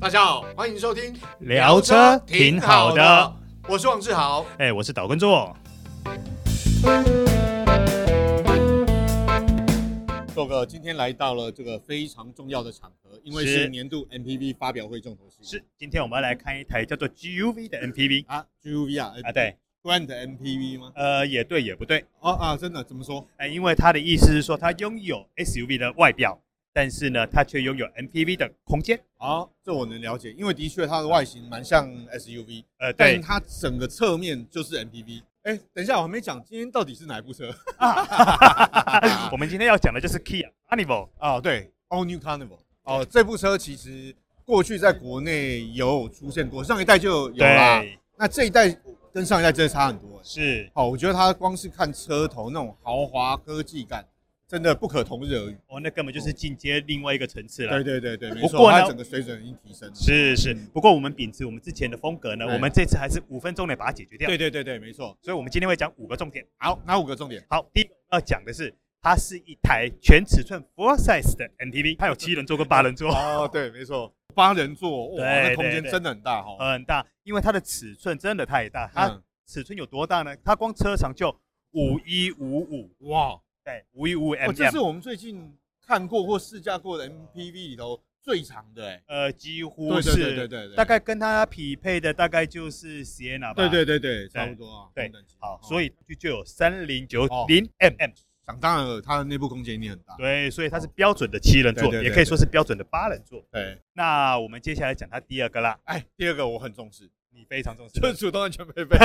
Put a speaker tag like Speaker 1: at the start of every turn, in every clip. Speaker 1: 大家好，欢迎收听
Speaker 2: 聊车挺好的，
Speaker 1: 我是王志豪。
Speaker 2: 哎、我是岛根座。
Speaker 3: 豆哥今天来到了这个非常重要的场合，因为
Speaker 2: 是
Speaker 3: 是年度 MPV 发表会重头戏。
Speaker 2: 是，今天我们要来看一台叫做 GUV 的 MPV
Speaker 3: 啊，GUV 啊，
Speaker 2: 啊，对，
Speaker 3: ，Grand MPV 吗？
Speaker 2: 呃，也对也不对，
Speaker 3: 哦啊，真的怎么说？
Speaker 2: 哎、因为它的意思是说它拥有 SUV 的外表，但是呢，它却拥有 MPV 的空间。
Speaker 3: 哦，这我能了解，因为的确它的外形蛮像 SUV，
Speaker 2: 呃，
Speaker 3: 但
Speaker 2: 对
Speaker 3: 它整个侧面就是 MPV。哎，等一下，我还没讲今天到底是哪一部车
Speaker 2: 啊，我们今天要讲的就是 Kia Carnival，
Speaker 3: 哦，对，All New Carnival。哦，这部车其实过去在国内有出现过，上一代就有啦。
Speaker 2: 对，
Speaker 3: 那这一代跟上一代真的差很多、哎
Speaker 2: 是
Speaker 3: 哦，我觉得它光是看车头那种豪华科技感，真的不可同日而语。
Speaker 2: 哦，那根本就是进阶另外一个层次了。
Speaker 3: 对对对对，没
Speaker 2: 不
Speaker 3: 错，
Speaker 2: 过呢
Speaker 3: 它整个水准已经提升了。
Speaker 2: 是是，
Speaker 3: 嗯
Speaker 2: 不过我们秉持我们之前的风格呢，
Speaker 3: 哎
Speaker 2: 我们这次还是五分钟内把它解决掉。
Speaker 3: 对对对对，没错。
Speaker 2: 所以我们今天会讲五个重点。
Speaker 3: 好，哪五个重点？
Speaker 2: 好，第一个要讲的是，它是一台全尺寸 full size 的 MPV，它有七人座跟八人座，
Speaker 3: 哦，对，没错，八人座，哇，
Speaker 2: 对
Speaker 3: 那空
Speaker 2: 对
Speaker 3: 间
Speaker 2: 对呃
Speaker 3: 真的很大哈。啊
Speaker 2: 很大，因为它的尺寸真的太大。它
Speaker 3: 嗯，
Speaker 2: 尺寸有多大呢？它光车长就五一五五，
Speaker 3: 哇，
Speaker 2: 对，五一五五
Speaker 3: 哦这
Speaker 2: mm，
Speaker 3: 是我们最近看过或试驾过的 MPV 里头最长的哎。
Speaker 2: 呃，几乎
Speaker 3: 对对对对
Speaker 2: 是
Speaker 3: 对对，
Speaker 2: 大概跟它匹配的大概就是 Sienna 吧。
Speaker 3: 对对对对，差不多啊。
Speaker 2: 对
Speaker 3: 同等级
Speaker 2: 好
Speaker 3: 哦，
Speaker 2: 所以就就有三零九
Speaker 3: 哦
Speaker 2: 零 mm，
Speaker 3: 想当然了，它的内部空间一定很大。
Speaker 2: 对，所以它是标准的七人座，
Speaker 3: 对对对
Speaker 2: 也可以说是标准的八人座。
Speaker 3: 对，
Speaker 2: 那我们接下来讲它第二个啦，
Speaker 3: 哎，第二个我很重视，
Speaker 2: 你非常重视
Speaker 3: 就是主动安全配 备，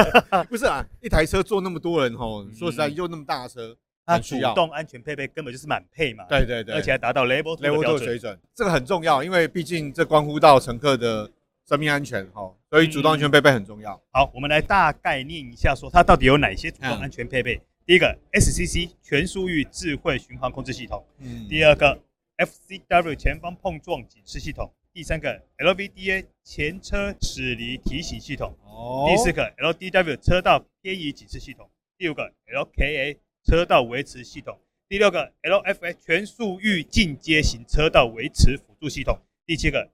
Speaker 3: 不是啊，一台车坐那么多人吼，
Speaker 2: 嗯
Speaker 3: 说实在又那么大的车，
Speaker 2: 它
Speaker 3: 很
Speaker 2: 主
Speaker 3: 需要
Speaker 2: 动安全配备根本就是满配嘛。
Speaker 3: 对对对，
Speaker 2: 而且还达到 Level Two
Speaker 3: 雷
Speaker 2: 的
Speaker 3: 沃
Speaker 2: 标
Speaker 3: 特
Speaker 2: 准。嗯
Speaker 3: 水准，这个很重要，因为毕竟这关乎到乘客的生命安全吼，所以主动安全配备很重要。
Speaker 2: 好，我们来大概念一下，说它到底有哪些主动安全配备。
Speaker 3: 嗯
Speaker 2: 第一个 SCC 全速域智慧巡航控制系统，
Speaker 3: 嗯，
Speaker 2: 第二个 FCW 前方碰撞警示系统，第三个 LVDA 前车驶离提醒系统，
Speaker 3: 哦
Speaker 2: 第四个 LDW 车道偏移警示系统，第五个 LKA 车道维持系统，第六个 LFA 全速域进阶型车道维持辅助系统，第七个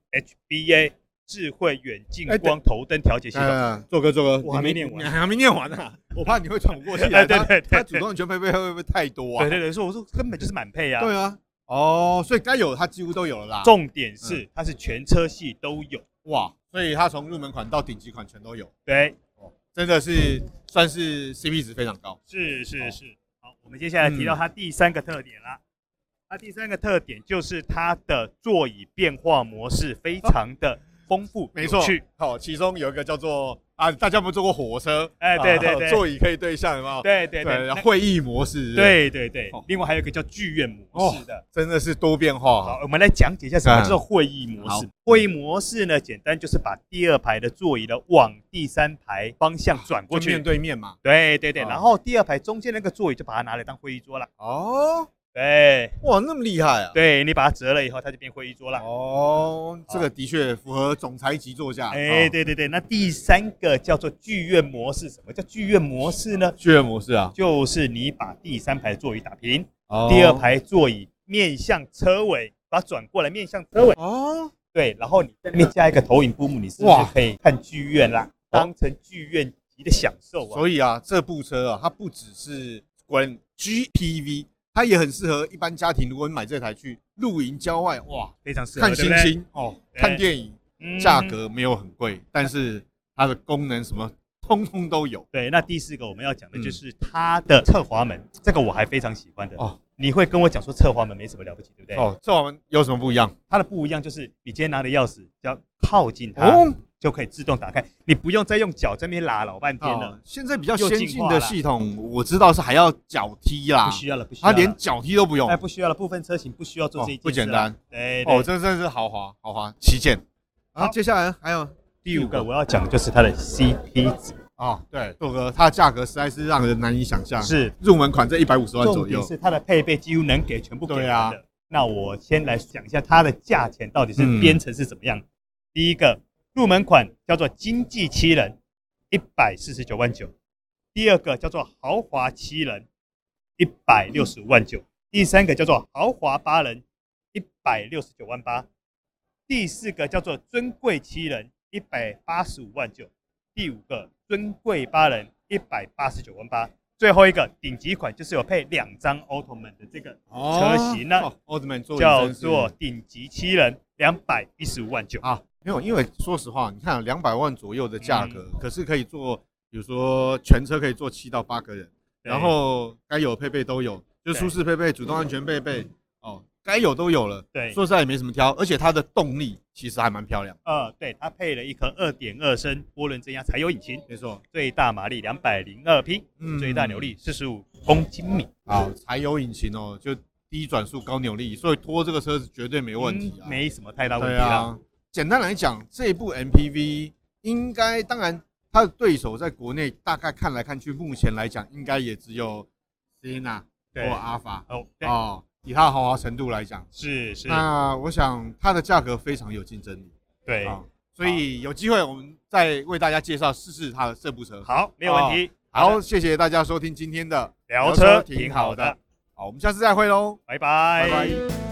Speaker 2: HBA 智慧远近
Speaker 3: 哎对
Speaker 2: 光头灯调节系统。
Speaker 3: 嗯，做哥做哥，
Speaker 2: 我还没
Speaker 3: 你
Speaker 2: 念完
Speaker 3: 你还没念 完呢，我怕你会喘不过气
Speaker 2: 哎
Speaker 3: 来。
Speaker 2: 对
Speaker 3: 他
Speaker 2: 对对
Speaker 3: 他主动安全配备会不会太多啊？
Speaker 2: 对对对，所以我说根本就是满配啊。
Speaker 3: 对啊，哦，所以该有的他几乎都有了啦。
Speaker 2: 重点是它是全车系都有。
Speaker 3: 哇，所以他从入门款到顶级款全都有，
Speaker 2: 对，
Speaker 3: 哦，真的是算是 CP 值非常高。
Speaker 2: 是是
Speaker 3: 哦
Speaker 2: 是。好，我们接下来提到它第三个特点啦。它第三个特点就是它的座椅变化模式非常的丰富，
Speaker 3: 没错
Speaker 2: 有趣，
Speaker 3: 好，其中有一个叫做啊，大家有没有坐过火车？
Speaker 2: 哎对对
Speaker 3: 啊
Speaker 2: 对
Speaker 3: 座椅可以对向，有没有？
Speaker 2: 对对对
Speaker 3: 对，
Speaker 2: 那
Speaker 3: 会议模式，，
Speaker 2: 对对对
Speaker 3: 哦。
Speaker 2: 另外还有一个叫剧院模式的。
Speaker 3: 真的是多变化
Speaker 2: 好
Speaker 3: 啊。，
Speaker 2: 我们来讲解一下什么
Speaker 3: 嗯
Speaker 2: 叫做会议模式
Speaker 3: 好。
Speaker 2: 会议模式呢，简单就是把第二排的座椅的往第三排方向转过
Speaker 3: 就面
Speaker 2: 去。
Speaker 3: 对面嘛。
Speaker 2: 对对对，
Speaker 3: 哦
Speaker 2: 然后第二排中间那个座椅就把它拿来当会议桌了。
Speaker 3: 哦，
Speaker 2: 对，
Speaker 3: 哇，那么厉害啊！
Speaker 2: 对你把它折了以后，它就变会议桌了。
Speaker 3: 哦，这个的确符合总裁级座驾。
Speaker 2: 哎、
Speaker 3: 哦，
Speaker 2: 对对对，那第三个叫做剧院模式。什么叫剧院模式呢？
Speaker 3: 确认模式啊。
Speaker 2: 就是你把第三排座椅打平，
Speaker 3: 哦
Speaker 2: 第二。排座椅面向车尾，把它转过来面向车尾。
Speaker 3: 哦，
Speaker 2: 对，然后你在那边加一个投影布幕，你是不是
Speaker 3: 哇
Speaker 2: 可以看剧院啦？当成剧院级的享受啊。
Speaker 3: 哦所以啊，这部车啊，它不只是滚 GPV，它也很适合一般家庭。如果你买这台去露营郊外，哇，
Speaker 2: 非常适合
Speaker 3: 看星
Speaker 2: 对
Speaker 3: 星哦，
Speaker 2: 对
Speaker 3: 看电影，
Speaker 2: 不对
Speaker 3: 价。
Speaker 2: 嗯
Speaker 3: 格没有很贵，但是它的功能什么通通都有。
Speaker 2: 对，那第四个我们要讲的就是它的侧滑门，这个我还非常喜欢的。
Speaker 3: 哦
Speaker 2: 你会跟我讲说侧滑门没什么了不起，对不对？
Speaker 3: 哦，这我们有什么不一样？
Speaker 2: 它的不一样就是，你今天拿的钥匙只要靠近它、
Speaker 3: 哦，
Speaker 2: 就可以自动打开，你不用再用脚这边拉老半天了
Speaker 3: 哦，现在比较
Speaker 2: 又
Speaker 3: 先
Speaker 2: 进
Speaker 3: 进
Speaker 2: 化
Speaker 3: 的
Speaker 2: 了
Speaker 3: 系统，我知道是还要脚踢啦
Speaker 2: 不，需要了，不需要
Speaker 3: 它
Speaker 2: 了。
Speaker 3: 啊连脚踢都不用
Speaker 2: 哎，。不需要了，部分车型不需要做这一件事、
Speaker 3: 哦不简单。
Speaker 2: 对对
Speaker 3: 哦，这真的是豪华豪华旗舰。啊然
Speaker 2: 好
Speaker 3: 后接下来还有
Speaker 2: 第五个我要讲的就是它的 CP 值，
Speaker 3: 哦，对，豆哥，它的价格实在是让人难以想象，
Speaker 2: 是
Speaker 3: 入门款这一百五十万
Speaker 2: 重
Speaker 3: 左
Speaker 2: 点
Speaker 3: 右。
Speaker 2: 是它的配备几乎能给全部给
Speaker 3: 对
Speaker 2: 人
Speaker 3: 啊
Speaker 2: 的。那我先来讲一下它的价钱到底是
Speaker 3: 嗯
Speaker 2: 编程是怎么样。第一个入门款叫做经济七人，一百四十九万九；第二个叫做豪华七人，一百六十五万九；第三个叫做豪华八人，一百六十九万八；第四个叫做尊贵七人，一百八十五万九；第五个尊贵八人，一百八十九万八。最后一个顶级款就是有配两张奥特曼的这个车型呢
Speaker 3: 哦奥特曼座椅
Speaker 2: 叫
Speaker 3: 真是
Speaker 2: 做顶级七人，两百一十五万九。
Speaker 3: 啊，没有，因为说实话，你看啊两百万左右的
Speaker 2: 嗯
Speaker 3: 价格，可是可以坐，比如说全车可以坐七到八个人，
Speaker 2: 对
Speaker 3: 然后该有的配备都有，就是舒适配备、主动安全配备，哦，该有都有了。
Speaker 2: 对
Speaker 3: 说实在也没什么挑，而且它的动力其实还蛮漂亮。
Speaker 2: 呃，对，它配了一颗二点二升涡轮增压柴油引擎，
Speaker 3: 没错，
Speaker 2: 最大马力两百零二匹，
Speaker 3: 嗯
Speaker 2: 最大扭力四十五公斤米。
Speaker 3: 好，啊柴油引擎哦，就低转速高扭力，所以拖这个车子绝对没问题啊。
Speaker 2: 嗯没什么太大问
Speaker 3: 对
Speaker 2: 题啦。
Speaker 3: 啊，简单来讲，这一部 MPV 应该，当然它的对手在国内大概看来看去，目前来讲应该也只有 Sina 或
Speaker 2: 对，
Speaker 3: 阿法
Speaker 2: 哦，对，
Speaker 3: 哦。以它的豪华程度来讲，
Speaker 2: 是是，
Speaker 3: 那我想它的价格非常有竞争力
Speaker 2: 对，
Speaker 3: 啊、所以有机会我们再为大家介绍试试它的这部车。
Speaker 2: 好，没有问题。好
Speaker 3: 哦好，
Speaker 2: 的，
Speaker 3: 谢谢大家收听今天的
Speaker 2: 聊车
Speaker 3: 聊
Speaker 2: 挺好的，，
Speaker 3: 好，我们下次再会喽，
Speaker 2: 拜拜
Speaker 3: 拜拜